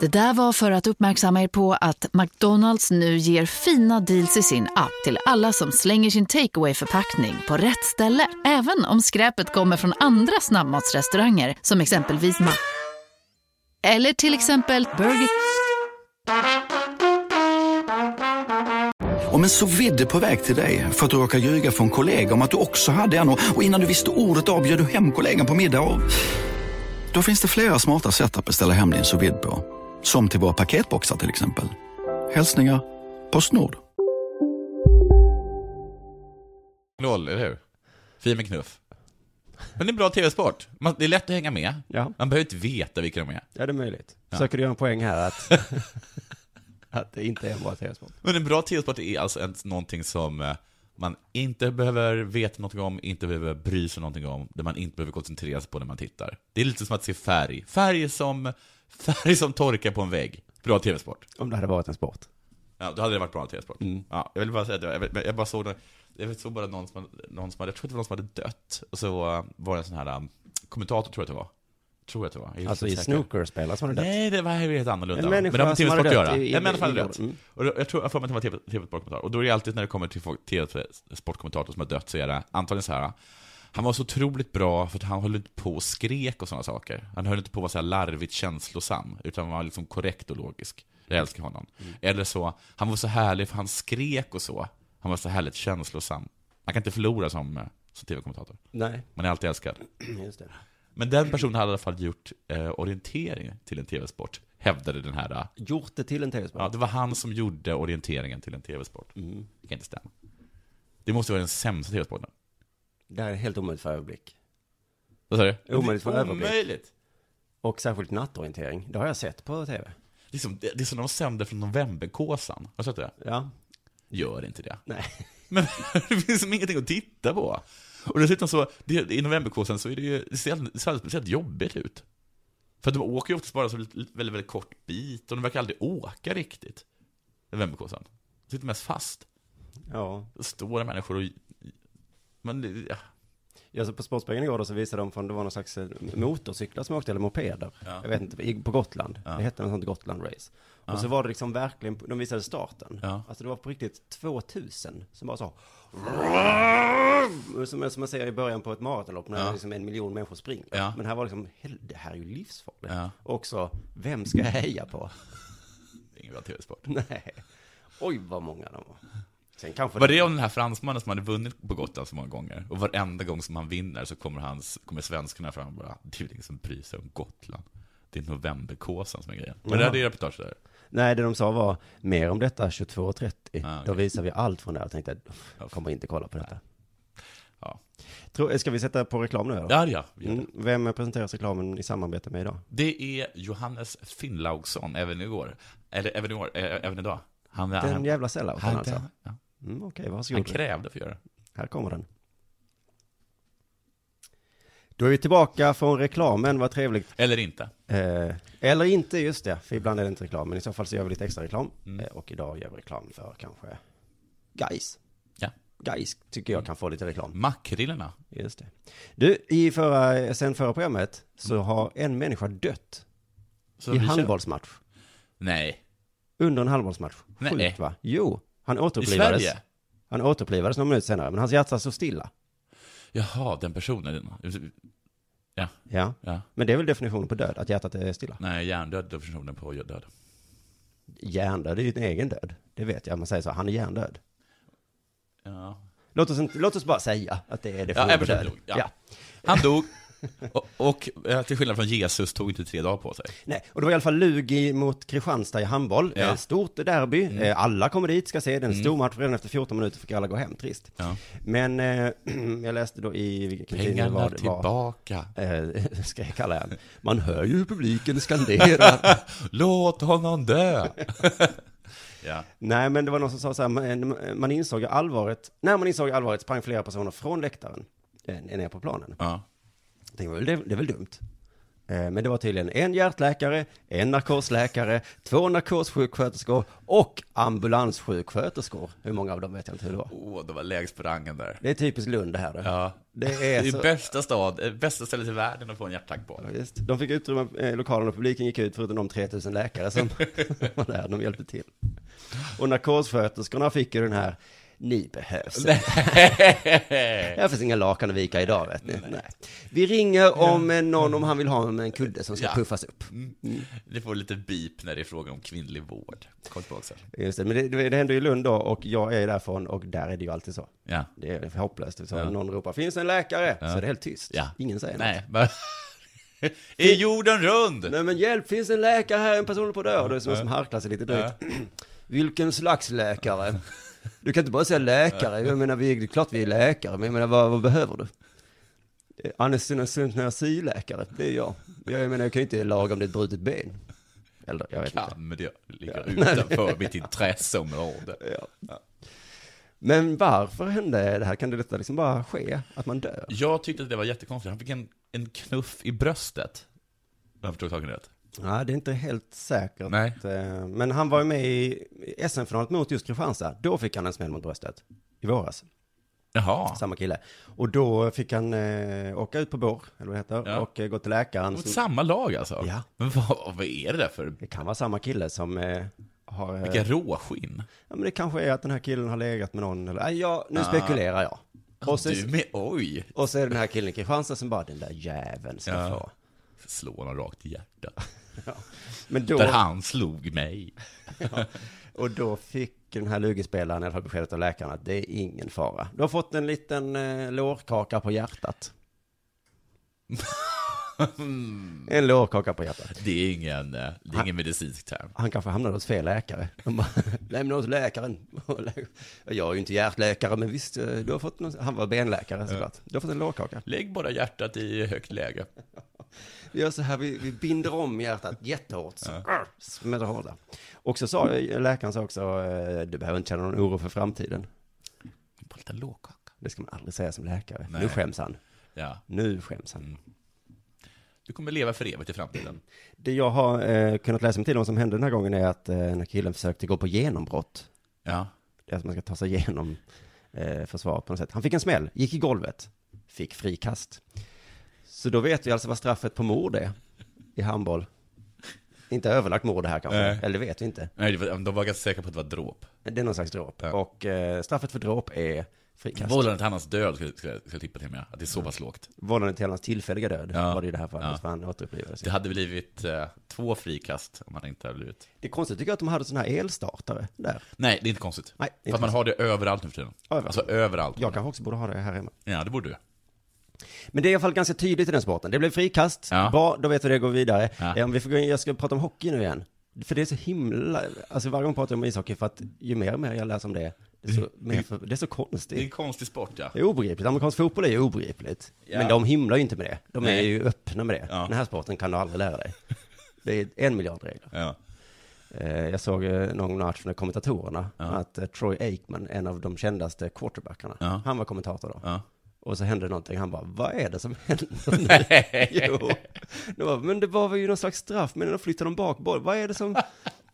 [SPEAKER 15] Det där var för att uppmärksamma er på att McDonalds nu ger fina deals i sin app till alla som slänger sin takeaway förpackning på rätt ställe. Även om skräpet kommer från andra snabbmatsrestauranger som exempelvis Ma... Eller till exempel Burger...
[SPEAKER 4] Om en så vidde på väg till dig för att du råkar ljuga från kollega om att du också hade en och och innan du visste ordet av bjöd du hem kollegan på middag och... Då finns det flera smarta sätt att beställa hem din sous vide på. Som till våra paketboxar till exempel. Hälsningar Postnord.
[SPEAKER 12] Roll, eller hur? Fin med knuff. Men det är bra tv-sport. Man- Det är lätt att hänga med. Man behöver inte veta vilka de är.
[SPEAKER 6] Ja, det är möjligt.
[SPEAKER 12] Ja.
[SPEAKER 6] Försöker du göra en poäng här att, att det inte är en bra tv-sport?
[SPEAKER 12] Men en bra tv-sport är alltså en, någonting som eh, man inte behöver veta någonting om, inte behöver bry sig någonting om, det man inte behöver koncentrera sig på när man tittar. Det är lite som att se färg. Färg är som, färg som torkar på en vägg. Bra tv-sport.
[SPEAKER 6] Om det hade varit en sport.
[SPEAKER 12] Ja, då hade det varit bra tv-sport.
[SPEAKER 6] Mm.
[SPEAKER 12] Ja, jag vill bara säga att jag, jag, jag bara såg, det- jag såg bara någon som, hade- någon som hade, jag tror att det var någon som hade dött, och så eh, var det en sån här um, kommentator, tror jag att det var. Tror jag att det var. Jag är
[SPEAKER 6] Alltså
[SPEAKER 12] helt
[SPEAKER 6] i
[SPEAKER 12] säker.
[SPEAKER 6] snookerspelare som har dött.
[SPEAKER 12] Nej, det var ju helt annorlunda.
[SPEAKER 6] En
[SPEAKER 12] va?
[SPEAKER 6] människa
[SPEAKER 12] men det har med
[SPEAKER 6] som
[SPEAKER 12] tv-sport att
[SPEAKER 6] har
[SPEAKER 12] göra.
[SPEAKER 6] dött i-
[SPEAKER 12] En människa hade
[SPEAKER 6] i- i-
[SPEAKER 12] dött.
[SPEAKER 6] mm.
[SPEAKER 12] Och då- jag tror, jag får mig att det var tv- tv-sportkommentar. Och då är det alltid när det kommer till folk- tv-sportkommentator som har dött så är det antagligen så här. Han var så otroligt bra för att han höll inte på och skrek och sådana saker. Han höll inte på att vara så här larvigt känslosam, utan han var liksom korrekt och logisk. Jag älskar honom.
[SPEAKER 6] Mm.
[SPEAKER 12] Eller så, han var så härlig för han skrek och så. Han var så härligt känslosam. Man kan inte förlora som, eh, som tv-kommentator.
[SPEAKER 6] Nej.
[SPEAKER 12] Man är alltid älskad.
[SPEAKER 6] Just det.
[SPEAKER 12] Men den personen hade i alla fall gjort eh, orientering till en tv-sport, hävdade den här.
[SPEAKER 6] Gjort det till en tv-sport?
[SPEAKER 12] Ja, det var han som gjorde orienteringen till en tv-sport. Det kan inte stämma. Det måste vara den sämsta tv-sporten.
[SPEAKER 6] Det här är helt omöjligt för överblick.
[SPEAKER 12] Vad sa du?
[SPEAKER 6] Omöjligt för
[SPEAKER 12] Det är
[SPEAKER 6] överblick.
[SPEAKER 12] omöjligt.
[SPEAKER 6] Och särskilt nattorientering. Det har jag sett på tv.
[SPEAKER 12] Det är som, det, det är som när de sänder från novemberkåsan. Har du sett det?
[SPEAKER 6] Ja.
[SPEAKER 12] Gör inte det.
[SPEAKER 6] Nej.
[SPEAKER 12] Men det finns som ingenting att titta på. Och dessutom så, det, i novemberkåsan så är det ju, det ser alldeles- det ser alldeles speciellt jobbigt ut. För att de åker ju oftast bara så lite- lite- väldigt, väldigt kort bit, och de verkar aldrig åka riktigt. Novemberkåsan. De sitter mest fast.
[SPEAKER 6] Ja.
[SPEAKER 12] Stora människor och... Men det- ja.
[SPEAKER 6] Ja, så på Sportspegeln igår då så visade de från, det var någon slags eh, motorcyklar som åkte, eller mopeder.
[SPEAKER 12] Ja.
[SPEAKER 6] Jag vet inte, i- på Gotland. Det hette något sånt Gotland-race.
[SPEAKER 12] Ja.
[SPEAKER 6] Och så var det liksom verkligen, de visade starten.
[SPEAKER 12] Ja.
[SPEAKER 6] Alltså det var på riktigt 2000 som bara så. Som, som man ser i början på ett maratonlopp när
[SPEAKER 12] Ja.
[SPEAKER 6] liksom en miljon människor springer.
[SPEAKER 12] Ja.
[SPEAKER 6] Men här var liksom, hel- det här är ju livsfarligt.
[SPEAKER 12] Ja.
[SPEAKER 6] Också, vem ska jag heja på?
[SPEAKER 12] Ingen bra tv-sport.
[SPEAKER 6] Nej. Oj, vad många de var. Sen kanske
[SPEAKER 12] Var det om den här fransmannen som hade vunnit på Gotland så många gånger? Och varenda gång som han vinner så kommer, hans, kommer svenskarna fram och bara Det är väl ingen som bryr sig om Gotland. Det är novemberkåsan som är grejen. Men det
[SPEAKER 6] Ja.
[SPEAKER 12] hade ju reportage där.
[SPEAKER 6] Nej, det de sa var mer om detta 22.30.
[SPEAKER 12] Ah,
[SPEAKER 6] Då visar vi allt från det här. Jag tänkte, jag kommer inte kolla på detta.
[SPEAKER 12] Ja.
[SPEAKER 6] Tror, eh, ska vi sätta på reklam nu? Eller?
[SPEAKER 12] Ja, ja, vi gör det.
[SPEAKER 6] Mm, Vem presenteras reklamen i samarbete med idag?
[SPEAKER 12] Det är Johannes Finnlaugsson även igår. Eller även, igår, eh, även idag. Han,
[SPEAKER 6] Den
[SPEAKER 12] han,
[SPEAKER 6] jävla sellouten
[SPEAKER 12] han,
[SPEAKER 6] alltså.
[SPEAKER 12] Ja.
[SPEAKER 6] Mm, Okej, varsågod.
[SPEAKER 12] Han krävde för att göra det.
[SPEAKER 6] Här kommer den. Då är vi tillbaka från reklamen, vad trevligt.
[SPEAKER 12] Eller inte.
[SPEAKER 6] Eh, eller inte, just det. För ibland är det inte reklam. Men i så fall så gör vi lite extra reklam.
[SPEAKER 12] Mm.
[SPEAKER 6] Eh, och idag gör vi reklam för kanske Guys.
[SPEAKER 12] Ja.
[SPEAKER 6] Guys tycker jag kan få lite reklam.
[SPEAKER 12] Mm. Makrillerna.
[SPEAKER 6] Just det. Du, i förra, sen förra programmet så har en människa dött.
[SPEAKER 12] Mm. Så
[SPEAKER 6] I
[SPEAKER 12] vi kör.
[SPEAKER 6] handbollsmatch.
[SPEAKER 12] Nej.
[SPEAKER 6] Under en handbollsmatch.
[SPEAKER 12] Nej.
[SPEAKER 6] Sjukt va? Jo, han återupplivades.
[SPEAKER 12] I Sverige?
[SPEAKER 6] Han återupplivades några minuter senare, men hans hjärta stod stilla.
[SPEAKER 12] Jaha, den personen. Ja.
[SPEAKER 6] Ja.
[SPEAKER 12] Ja.
[SPEAKER 6] Men det är väl definitionen på död, att hjärtat är stilla?
[SPEAKER 12] Nej, hjärndöd definitionen på död.
[SPEAKER 6] Hjärndöd är ju en egen död. Det vet jag, man säger så, han är hjärndöd.
[SPEAKER 12] Ja.
[SPEAKER 6] Låt oss, inte- låt oss bara säga att det är
[SPEAKER 12] Ja,
[SPEAKER 6] definitionen
[SPEAKER 12] Ebert
[SPEAKER 6] på död.
[SPEAKER 12] dog. Ja. Han dog. Och, och eh, till skillnad från Jesus tog inte tre dagar på sig.
[SPEAKER 6] Nej, och det var i alla fall Lugi mot Kristianstad i handboll.
[SPEAKER 12] Ja.
[SPEAKER 6] Eh, Stort derby.
[SPEAKER 12] Mm.
[SPEAKER 6] Eh, Alla kommer dit, ska se. Det är en
[SPEAKER 12] Mm.
[SPEAKER 6] stor match. Redan efter 14 minuter fick alla gå hem. Trist.
[SPEAKER 12] Ja.
[SPEAKER 6] Men eh, jag läste då i... vilken tidning
[SPEAKER 12] Pengarna
[SPEAKER 6] det var, det var.
[SPEAKER 12] tillbaka.
[SPEAKER 6] Eh, ska jag kalla han. Man hör ju hur publiken skanderar.
[SPEAKER 12] Låt honom dö! ja.
[SPEAKER 6] Nej, men det var någon som sa så här, man, man insåg allvaret. När man insåg allvaret sprang flera personer från läktaren eh, ner på planen.
[SPEAKER 12] Ja.
[SPEAKER 6] Jag tänkte, väl, det, det är väl dumt. Eh, Men det var tydligen en hjärtläkare, en narkosläkare, två narkossjuksköterskor och ambulanssjuksköterskor. Hur många av dem vet jag inte hur det var.
[SPEAKER 12] Åh, det var lägst på rangen där.
[SPEAKER 6] Det är typiskt Lund det här. då.
[SPEAKER 12] Ja.
[SPEAKER 6] Det är
[SPEAKER 12] det är
[SPEAKER 6] så-
[SPEAKER 12] bästa stad, eh, bästa stället i världen att få en hjärtattack på.
[SPEAKER 6] Ja, Visst. De fick utrymma eh, lokalen och publiken gick ut förutom de 3000 läkare som var där, de hjälpte till. Och narkossköterskorna fick ju den här, ni behövs Här finns inga lakan att vika idag vet ni. Nej. Vi ringer om eh, någon om han vill ha en kudde som ska
[SPEAKER 12] Ja.
[SPEAKER 6] puffas upp. Mm.
[SPEAKER 12] Det får lite bip när det är fråga om kvinnlig vård. Kom tillbaka sen.
[SPEAKER 6] Just det, men det- det, det händer ju i Lund då och jag är ju därifrån och där är det ju alltid så.
[SPEAKER 12] Ja.
[SPEAKER 6] Det är hopplöst. Så
[SPEAKER 12] Ja.
[SPEAKER 6] Någon ropar finns en läkare?
[SPEAKER 12] Ja.
[SPEAKER 6] Så är det helt tyst.
[SPEAKER 12] Ja.
[SPEAKER 6] Ingen säger
[SPEAKER 12] Nej,
[SPEAKER 6] något.
[SPEAKER 12] Är jorden rund?
[SPEAKER 6] Nej men hjälp, finns en läkare här, en person håller på att dö. Och det är som någon som harklar sig lite drygt. Vilken slags läkare? Du kan inte bara säga läkare, jag menar vi, det är klart vi är läkare, men jag menar vad, vad behöver du? Eh, Anestesiläkare, det är jag. Jag menar jag kan ju inte laga om det är ett brutet ben. Eller jag vet inte.
[SPEAKER 12] Kan det ligga
[SPEAKER 6] Ja.
[SPEAKER 12] utanför mitt intresseområde? Ja.
[SPEAKER 6] Men varför hände det här? Kan det detta liksom bara ske? Att man dör?
[SPEAKER 12] Jag tyckte att det var jättekonstigt. Han fick en, en knuff i bröstet. Om jag förstod saken rätt.
[SPEAKER 6] Nej, det är inte helt säkert.
[SPEAKER 12] Nej.
[SPEAKER 6] Eh, Men han var ju med i SM-finalet mot just Kristianstad. Då fick han en smäll mot bröstet. I våras.
[SPEAKER 12] Jaha.
[SPEAKER 6] Samma kille. Och då fick han eh, åka ut på bår, eller vad det heter,
[SPEAKER 12] Ja.
[SPEAKER 6] och eh, gå till läkaren.
[SPEAKER 12] Mot samma lag alltså?
[SPEAKER 6] Ja.
[SPEAKER 12] Men vad, vad är det där för...
[SPEAKER 6] Det kan vara samma kille som eh, har... eh,
[SPEAKER 12] Vilka råskinn.
[SPEAKER 6] Ja, men det kanske är att den här killen har legat med någon eller... Nej, jag, nu
[SPEAKER 12] Ah.
[SPEAKER 6] spekulerar jag. så-
[SPEAKER 12] Du med, oj.
[SPEAKER 6] Och så är det den här killen i Kristianstad som bara, den där jäveln ska
[SPEAKER 12] Ja.
[SPEAKER 6] få.
[SPEAKER 12] Slå honom rakt i hjärtat.
[SPEAKER 6] Men då-
[SPEAKER 12] Där han slog mig.
[SPEAKER 6] Ja. Och då fick den här lugespelaren i alla fall beskedet av läkaren att det är ingen fara. Du har fått en liten eh, lårkaka på hjärtat. En lårkaka på hjärtat.
[SPEAKER 12] Det är ingen, eh, det är ingen medicinsk term.
[SPEAKER 6] Han kanske hamnade hos fel läkare. De bara, Lämna oss läkaren. Och lä- Jag är ju inte hjärtläkare, men visst, eh, du har fått någon... Han var benläkare såklart. Du har fått en lårkaka.
[SPEAKER 12] Lägg bara hjärtat i högt läge.
[SPEAKER 6] Vi gör så här, vi, vi binder om hjärtat jättehårt. Så, ja. Smäller hårda. Och så sa läkaren så också, eh, du behöver inte känna någon oro för framtiden.
[SPEAKER 12] Lite lågkaka.
[SPEAKER 6] Det ska man aldrig säga som läkare.
[SPEAKER 12] Nej. Mm.
[SPEAKER 6] Nu skäms han.
[SPEAKER 12] Ja.
[SPEAKER 6] Nu skäms han.
[SPEAKER 12] Du kommer leva för evigt i framtiden.
[SPEAKER 6] Det jag har eh, kunnat läsa mig till om som hände den här gången är att eh, den här killen försökte gå på genombrott.
[SPEAKER 12] Ja.
[SPEAKER 6] Det är att man ska ta sig igenom eh, försvaret på något sätt. Han fick en smäll, gick i golvet, fick frikast. Så då vet vi alltså vad straffet på mord är i handboll. Inte överlagt mord det här kanske,
[SPEAKER 12] Nej.
[SPEAKER 6] eller det vet vi inte.
[SPEAKER 12] Nej, det var- de var ganska säkra på att det var dråp.
[SPEAKER 6] Det är någon slags dråp. Och eh, straffet för dråp är frikast.
[SPEAKER 12] Vållande till annans död skulle skulle jag- skulle jag tippa till mig, att det är
[SPEAKER 6] Mm.
[SPEAKER 12] så pass lågt.
[SPEAKER 6] Vållande till hans tillfälliga död
[SPEAKER 12] Ja.
[SPEAKER 6] var det ju det här fallet,
[SPEAKER 12] Ja.
[SPEAKER 6] för han återupplivades.
[SPEAKER 12] Det hade blivit eh, två frikast om han inte hade blivit...
[SPEAKER 6] Det är konstigt tycker jag att de hade sådana här elstartare där.
[SPEAKER 12] Nej, det är inte konstigt.
[SPEAKER 6] Nej, det är
[SPEAKER 12] För att
[SPEAKER 6] inte
[SPEAKER 12] man har det överallt nu för tiden.
[SPEAKER 6] Överallt.
[SPEAKER 12] Alltså överallt.
[SPEAKER 6] Jag kanske också borde ha det här hemma.
[SPEAKER 12] Ja, det borde du.
[SPEAKER 6] Men det är i alla fall ganska tydligt i den sporten. Det blev frikast, bra, då vet vi hur det går vidare.
[SPEAKER 12] Ja.
[SPEAKER 6] Eh, Om vi får gå in, jag ska prata om hockey nu igen. För det är så himla, alltså varje gång pratar jag om ishockey för att ju mer och mer jag läser om det, det är
[SPEAKER 12] Mm.
[SPEAKER 6] så, mer för, det är så
[SPEAKER 12] Det är en
[SPEAKER 6] konstigt.
[SPEAKER 12] konstig sport, ja.
[SPEAKER 6] Det är obegripligt, amerikansk fotboll är ju obegripligt.
[SPEAKER 12] Ja.
[SPEAKER 6] Men de himlar ju inte med det, de är
[SPEAKER 12] Nej.
[SPEAKER 6] ju öppna med det. Den här sporten kan du aldrig lära dig. Det är en miljard regler. Eh, Jag såg eh, någon match med kommentatorerna, att eh, Troy Aikman, en av de kändaste quarterbackarna, han var kommentator då. Och så hände någonting, han bara, vad är det som händer nu? jo. Det var, men det var ju någon slags straff, men då flyttade de bak boll. vad är det som...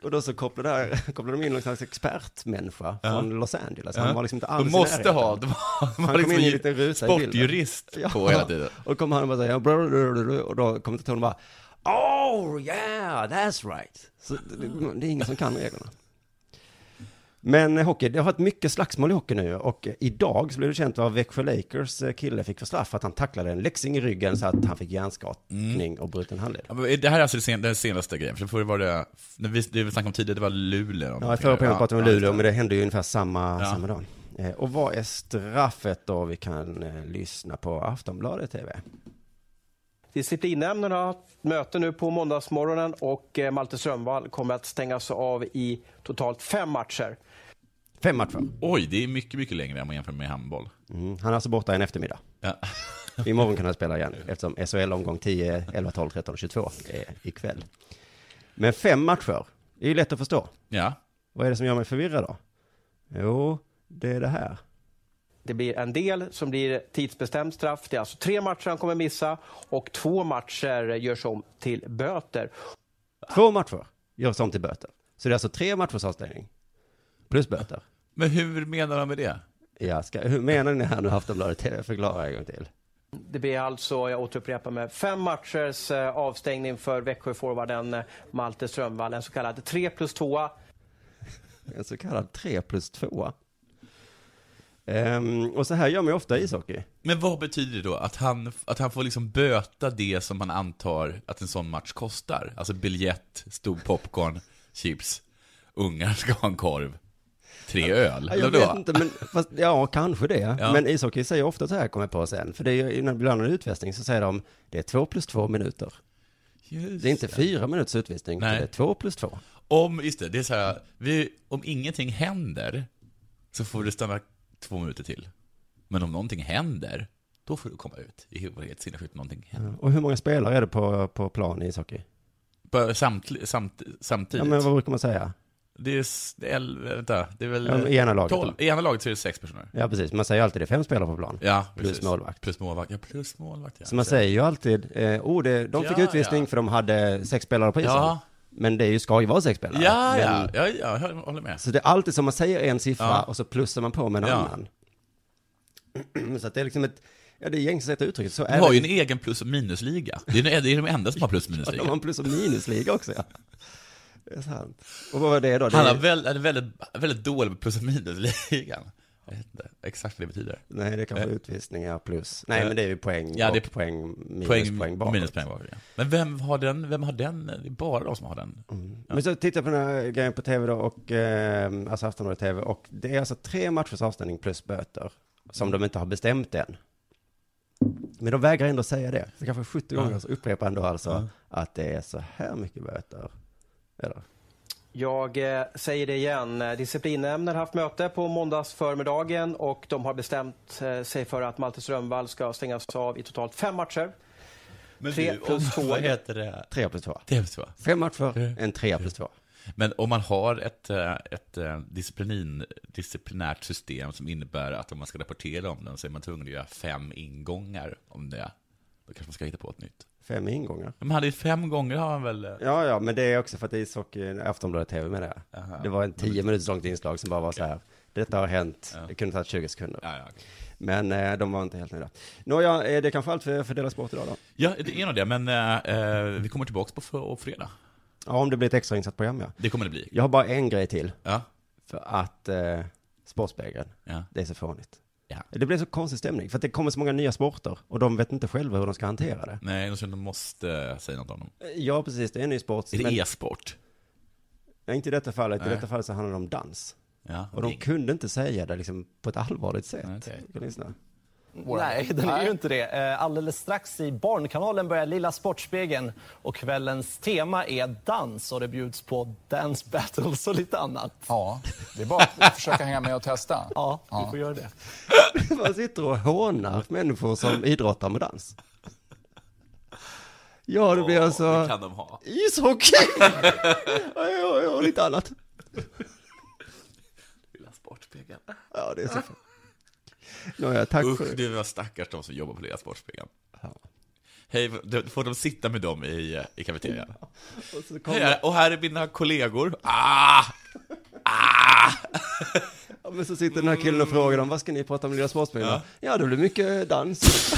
[SPEAKER 6] Och då så kopplade, där, kopplade de in någon slags expertmänniska
[SPEAKER 12] Ja.
[SPEAKER 6] från Los Angeles.
[SPEAKER 12] Ja.
[SPEAKER 6] Han var liksom inte
[SPEAKER 12] De
[SPEAKER 6] alls i
[SPEAKER 12] måste
[SPEAKER 6] närheten.
[SPEAKER 12] ha- de har- de
[SPEAKER 6] Han
[SPEAKER 12] har
[SPEAKER 6] kom
[SPEAKER 12] liksom
[SPEAKER 6] in i
[SPEAKER 12] ju-
[SPEAKER 6] lite rusa i bilden.
[SPEAKER 12] sportjurist på hela tiden.
[SPEAKER 6] Och kom han och bara så här, blablabla, och då kommentatorn bara, Oh yeah, that's right. Så det, det är ingen som kan reglerna. Men eh, hockey, det har varit mycket slagsmål i hockey nu och eh, idag så blev det känt vad Växjö Lakers eh, kille fick för straff för att han tacklade en läxing i ryggen så att han fick hjärnskakning
[SPEAKER 12] Mm.
[SPEAKER 6] och bruten handled.
[SPEAKER 12] Ja, men Det här är alltså det sen- den senaste grejen, för förr var det, när vi, det vi snackade om tidigare, det var Luleå.
[SPEAKER 6] Ja, i förra programmet pratade vi om
[SPEAKER 12] ja,
[SPEAKER 6] Luleå, men det hände ju ungefär samma,
[SPEAKER 12] Ja.
[SPEAKER 6] samma dag. Eh, Och vad är straffet då? Vi kan eh, lyssna på Aftonbladet TV.
[SPEAKER 5] Disciplinnämnden har haft möte nu på måndagsmorgonen och eh, Malte Strömvall kommer att stängas av i totalt fem matcher.
[SPEAKER 6] Fem matcher.
[SPEAKER 12] Oj, det är mycket, mycket längre om man jämför med handboll.
[SPEAKER 6] Mm, han är alltså borta en eftermiddag. Imorgon kan han spela igen, eftersom SHL omgång 10, 11, 12, 13, 22 är ikväll. Men fem matcher, det är ju lätt att förstå.
[SPEAKER 12] Ja.
[SPEAKER 6] Vad är det som gör mig förvirrad då? Jo, det är det här.
[SPEAKER 5] Det blir en del som blir tidsbestämt straff. Det är alltså tre matcher han kommer missa och två matcher görs om till böter.
[SPEAKER 6] Två matcher görs om till böter. Så det är alltså tre matchers avstängning. Plus böter.
[SPEAKER 12] Men hur menar de med det?
[SPEAKER 6] Ja, ska, hur menar ni här nu Aftonbladet TV? Förklara en gång till.
[SPEAKER 5] Det blir alltså, jag återupprepar med fem matchers eh, avstängning för Växjöforwarden eh, Malte Strömvall. En så kallad 3 plus 2
[SPEAKER 6] En så kallad 3 plus 2. Ehm, och så här gör man ju ofta i ishockey.
[SPEAKER 12] Men vad betyder det då att han, att han får liksom böta det som man antar att en sån match kostar? Alltså biljett, stor popcorn, chips, ungar ska ha en korv, tre öl,
[SPEAKER 6] Ja, Jag
[SPEAKER 12] eller
[SPEAKER 6] vet
[SPEAKER 12] vadå?
[SPEAKER 6] inte, men fast, ja, kanske det.
[SPEAKER 12] Ja.
[SPEAKER 6] Men ishockey säger ofta så här, kommer jag på sen. För det är ju, innan- bland annat utvisning så säger de, det är två plus två minuter.
[SPEAKER 12] Just
[SPEAKER 6] det är inte fyra minuters utvisning, utan
[SPEAKER 12] Nej.
[SPEAKER 6] det är två plus två.
[SPEAKER 12] Om, just det, det är så här, vi, om ingenting händer så får du stanna två minuter till. Men om någonting händer, då får du komma ut. Det är helt sinnessjukt någonting händer.
[SPEAKER 6] Och hur många spelare är det på, på plan i ishockey?
[SPEAKER 12] På Samt, samt, samtidigt.
[SPEAKER 6] Mm. Ja, men vad brukar man säga?
[SPEAKER 12] Det är, s- det är, el- vänta, det är väl...
[SPEAKER 6] Ja, men i ena laget
[SPEAKER 12] tolv. I ena laget så är det sex personer.
[SPEAKER 6] Ja, precis. Man säger alltid det är fem spelare på plan.
[SPEAKER 12] Ja,
[SPEAKER 6] plus
[SPEAKER 12] precis.
[SPEAKER 6] målvakt.
[SPEAKER 12] Plus målvakt, ja plus målvakt ja.
[SPEAKER 6] Så man säger ju alltid, eh, oh, det, de fick
[SPEAKER 12] Ja,
[SPEAKER 6] utvisning
[SPEAKER 12] ja.
[SPEAKER 6] för de hade sex spelare på isen.
[SPEAKER 12] Ja.
[SPEAKER 6] Men det är ju, ska ju vara sex spelare.
[SPEAKER 12] Ja,
[SPEAKER 6] Men-
[SPEAKER 12] ja, ja, ja, jag hör- håller med.
[SPEAKER 6] Så det är alltid som man säger en siffra
[SPEAKER 12] Ja.
[SPEAKER 6] och så plussar man på med en
[SPEAKER 12] Ja.
[SPEAKER 6] annan. Så att det är liksom ett, ja det är gängse sätt att uttrycka det. så.
[SPEAKER 12] De har ju en egen plus och minusliga. Det är, det är de enda som har plus och minusliga.
[SPEAKER 6] De har en plus och minusliga också ja. Det är sant. Och vad var det då? Det
[SPEAKER 12] Han
[SPEAKER 6] är,
[SPEAKER 12] har väl, är väldigt, väldigt dålig på plus och minusligan. Jag vet inte exakt vad det betyder.
[SPEAKER 6] Nej, det kanske är utvisningar plus. Nej,
[SPEAKER 12] Eh,
[SPEAKER 6] men det är ju poäng
[SPEAKER 12] ja, det är
[SPEAKER 6] bak, poäng, minus
[SPEAKER 12] poäng-
[SPEAKER 6] poäng, bakåt.
[SPEAKER 12] minus poäng bakåt, ja. Men vem har den, vem har den, det är bara de som har den.
[SPEAKER 6] Men så tittar jag på den här grejen på tv då och, eh, alltså Aftonbladet TV och det är alltså tre matchers avstängning plus böter som de inte har bestämt än. Men de vägrar ändå säga det. Så kanske 70 gånger så upprepar han då alltså att det är så här mycket böter. Eller?
[SPEAKER 5] Jag eh, säger det igen. Eh, Disciplinnämnden har haft möte på måndags förmiddagen och de har bestämt eh, sig för att Malte Strömvall ska stängas av i totalt fem matcher. Tre plus två.
[SPEAKER 12] Vad heter det?
[SPEAKER 6] Tre plus två.
[SPEAKER 12] Tre plus två.
[SPEAKER 6] Fem matcher, en trea plus två.
[SPEAKER 12] Men om man har ett, eh, ett eh, disciplin, disciplinärt system som innebär att om man ska rapportera om den så är man tvungen att göra fem ingångar om det. Då kanske man ska hitta på ett nytt.
[SPEAKER 6] Fem ingångar.
[SPEAKER 12] Men hade ju fem gånger har man väl... eh,
[SPEAKER 6] Ja, ja, men det är också för att ishockey, Aftonbladet TV menar jag. Det var en tio minuters långt inslag som bara var så här. Detta har hänt, det kunde tagit 20 sekunder. Men eh, de var inte helt nöjda. Nåja, eh, det är kanske allt för, för Dela Sport idag då.
[SPEAKER 12] Ja, det är nog det, men eh, eh, vi kommer tillbaka på f- fredag.
[SPEAKER 6] Ja, om det blir ett extrainsatt program ja.
[SPEAKER 12] Det kommer det bli.
[SPEAKER 6] Jag har bara en grej till.
[SPEAKER 12] Ja.
[SPEAKER 6] För att eh, Sportspegeln,
[SPEAKER 12] Ja.
[SPEAKER 6] det är så fånigt.
[SPEAKER 12] Ja.
[SPEAKER 6] Det blir så konstig stämning, för att det kommer så många nya sporter och de vet inte själva hur de ska hantera det.
[SPEAKER 12] Nej, de känner att de måste eh, säga något om dem.
[SPEAKER 6] Ja, precis, det är en ny sport.
[SPEAKER 12] Är det
[SPEAKER 6] men-
[SPEAKER 12] e-sport?
[SPEAKER 6] Nej, inte i detta fallet. I
[SPEAKER 12] Nej.
[SPEAKER 6] detta fallet så handlar det om dans.
[SPEAKER 12] Ja,
[SPEAKER 6] och de
[SPEAKER 12] ring.
[SPEAKER 6] kunde inte säga det liksom på ett allvarligt sätt.
[SPEAKER 12] Okej.
[SPEAKER 6] Ska ni lyssna?
[SPEAKER 16] Nej, den är ju inte det. Eh, Alldeles strax i Barnkanalen börjar Lilla Sportspegeln och kvällens tema är dans och det bjuds på dance battles och lite annat.
[SPEAKER 9] Ja, det är bara att försöka hänga med och testa.
[SPEAKER 16] Ja,
[SPEAKER 9] Ja.
[SPEAKER 16] du får göra det.
[SPEAKER 6] Man sitter och hånar människor som idrottar med dans. Ja, det blir alltså...
[SPEAKER 12] kan de ha.
[SPEAKER 6] Ishockey! och, och, och lite annat.
[SPEAKER 12] Lilla Sportspegeln.
[SPEAKER 6] Ja, det är så fan. Nåja, tack
[SPEAKER 12] Usch,
[SPEAKER 6] för...
[SPEAKER 12] det var stackars de som jobbar på Lilla Sportspegeln. Hej, då får de sitta med dem i, eh, i kafeterian?
[SPEAKER 6] Och så
[SPEAKER 12] Hej,
[SPEAKER 6] kommer...
[SPEAKER 12] och här är mina kollegor. Ah! Ah!
[SPEAKER 6] ja, men så sitter den här killen och frågar dem, vad ska ni prata om i Lilla Sportspegeln? Ja. ja, det blir mycket dans.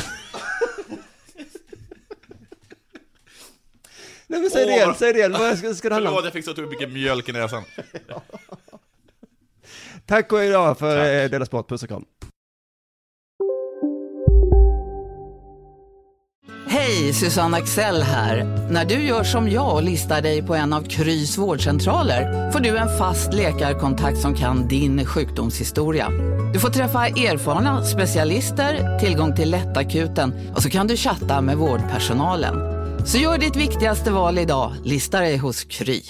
[SPEAKER 6] Nej, men säg det
[SPEAKER 12] Åh,
[SPEAKER 6] igen,
[SPEAKER 12] vad-
[SPEAKER 6] säg det igen. Vad ska, ska det handla om?
[SPEAKER 12] Förlåt, jag fick så otroligt mycket mjölk i näsan.
[SPEAKER 6] Tack och idag för eh, Dela Sport. Puss och kram.
[SPEAKER 8] Hej, Susanne Axel här. När du gör som jag och listar dig på en av Krys vårdcentraler får du en fast läkarkontakt som kan din sjukdomshistoria. Du får träffa erfarna specialister, tillgång till lättakuten och så kan du chatta med vårdpersonalen. Så gör ditt viktigaste val idag, listar dig hos Kry.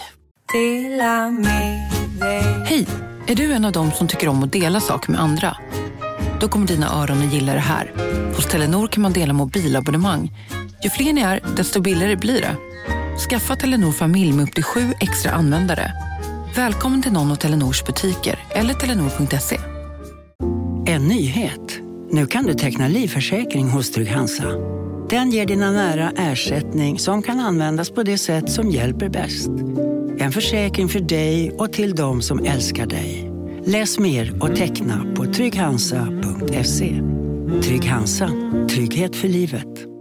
[SPEAKER 17] Hej! Är du en av dem som tycker om att dela saker med andra? Då kommer dina öron att gilla det här. Hos Telenor kan man dela mobilabonnemang. Ju fler ni är, desto billigare blir det. Skaffa Telenor familj med upp till sju extra användare. Välkommen till någon av Telenors butiker eller telenor.se.
[SPEAKER 18] En nyhet. Nu kan du teckna livförsäkring hos Trygg-Hansa. Den ger dina nära ersättning som kan användas på det sätt som hjälper bäst. En försäkring för dig och till de som älskar dig. Läs mer och teckna på trygghansa.se. Trygg-Hansa. Trygghet för livet.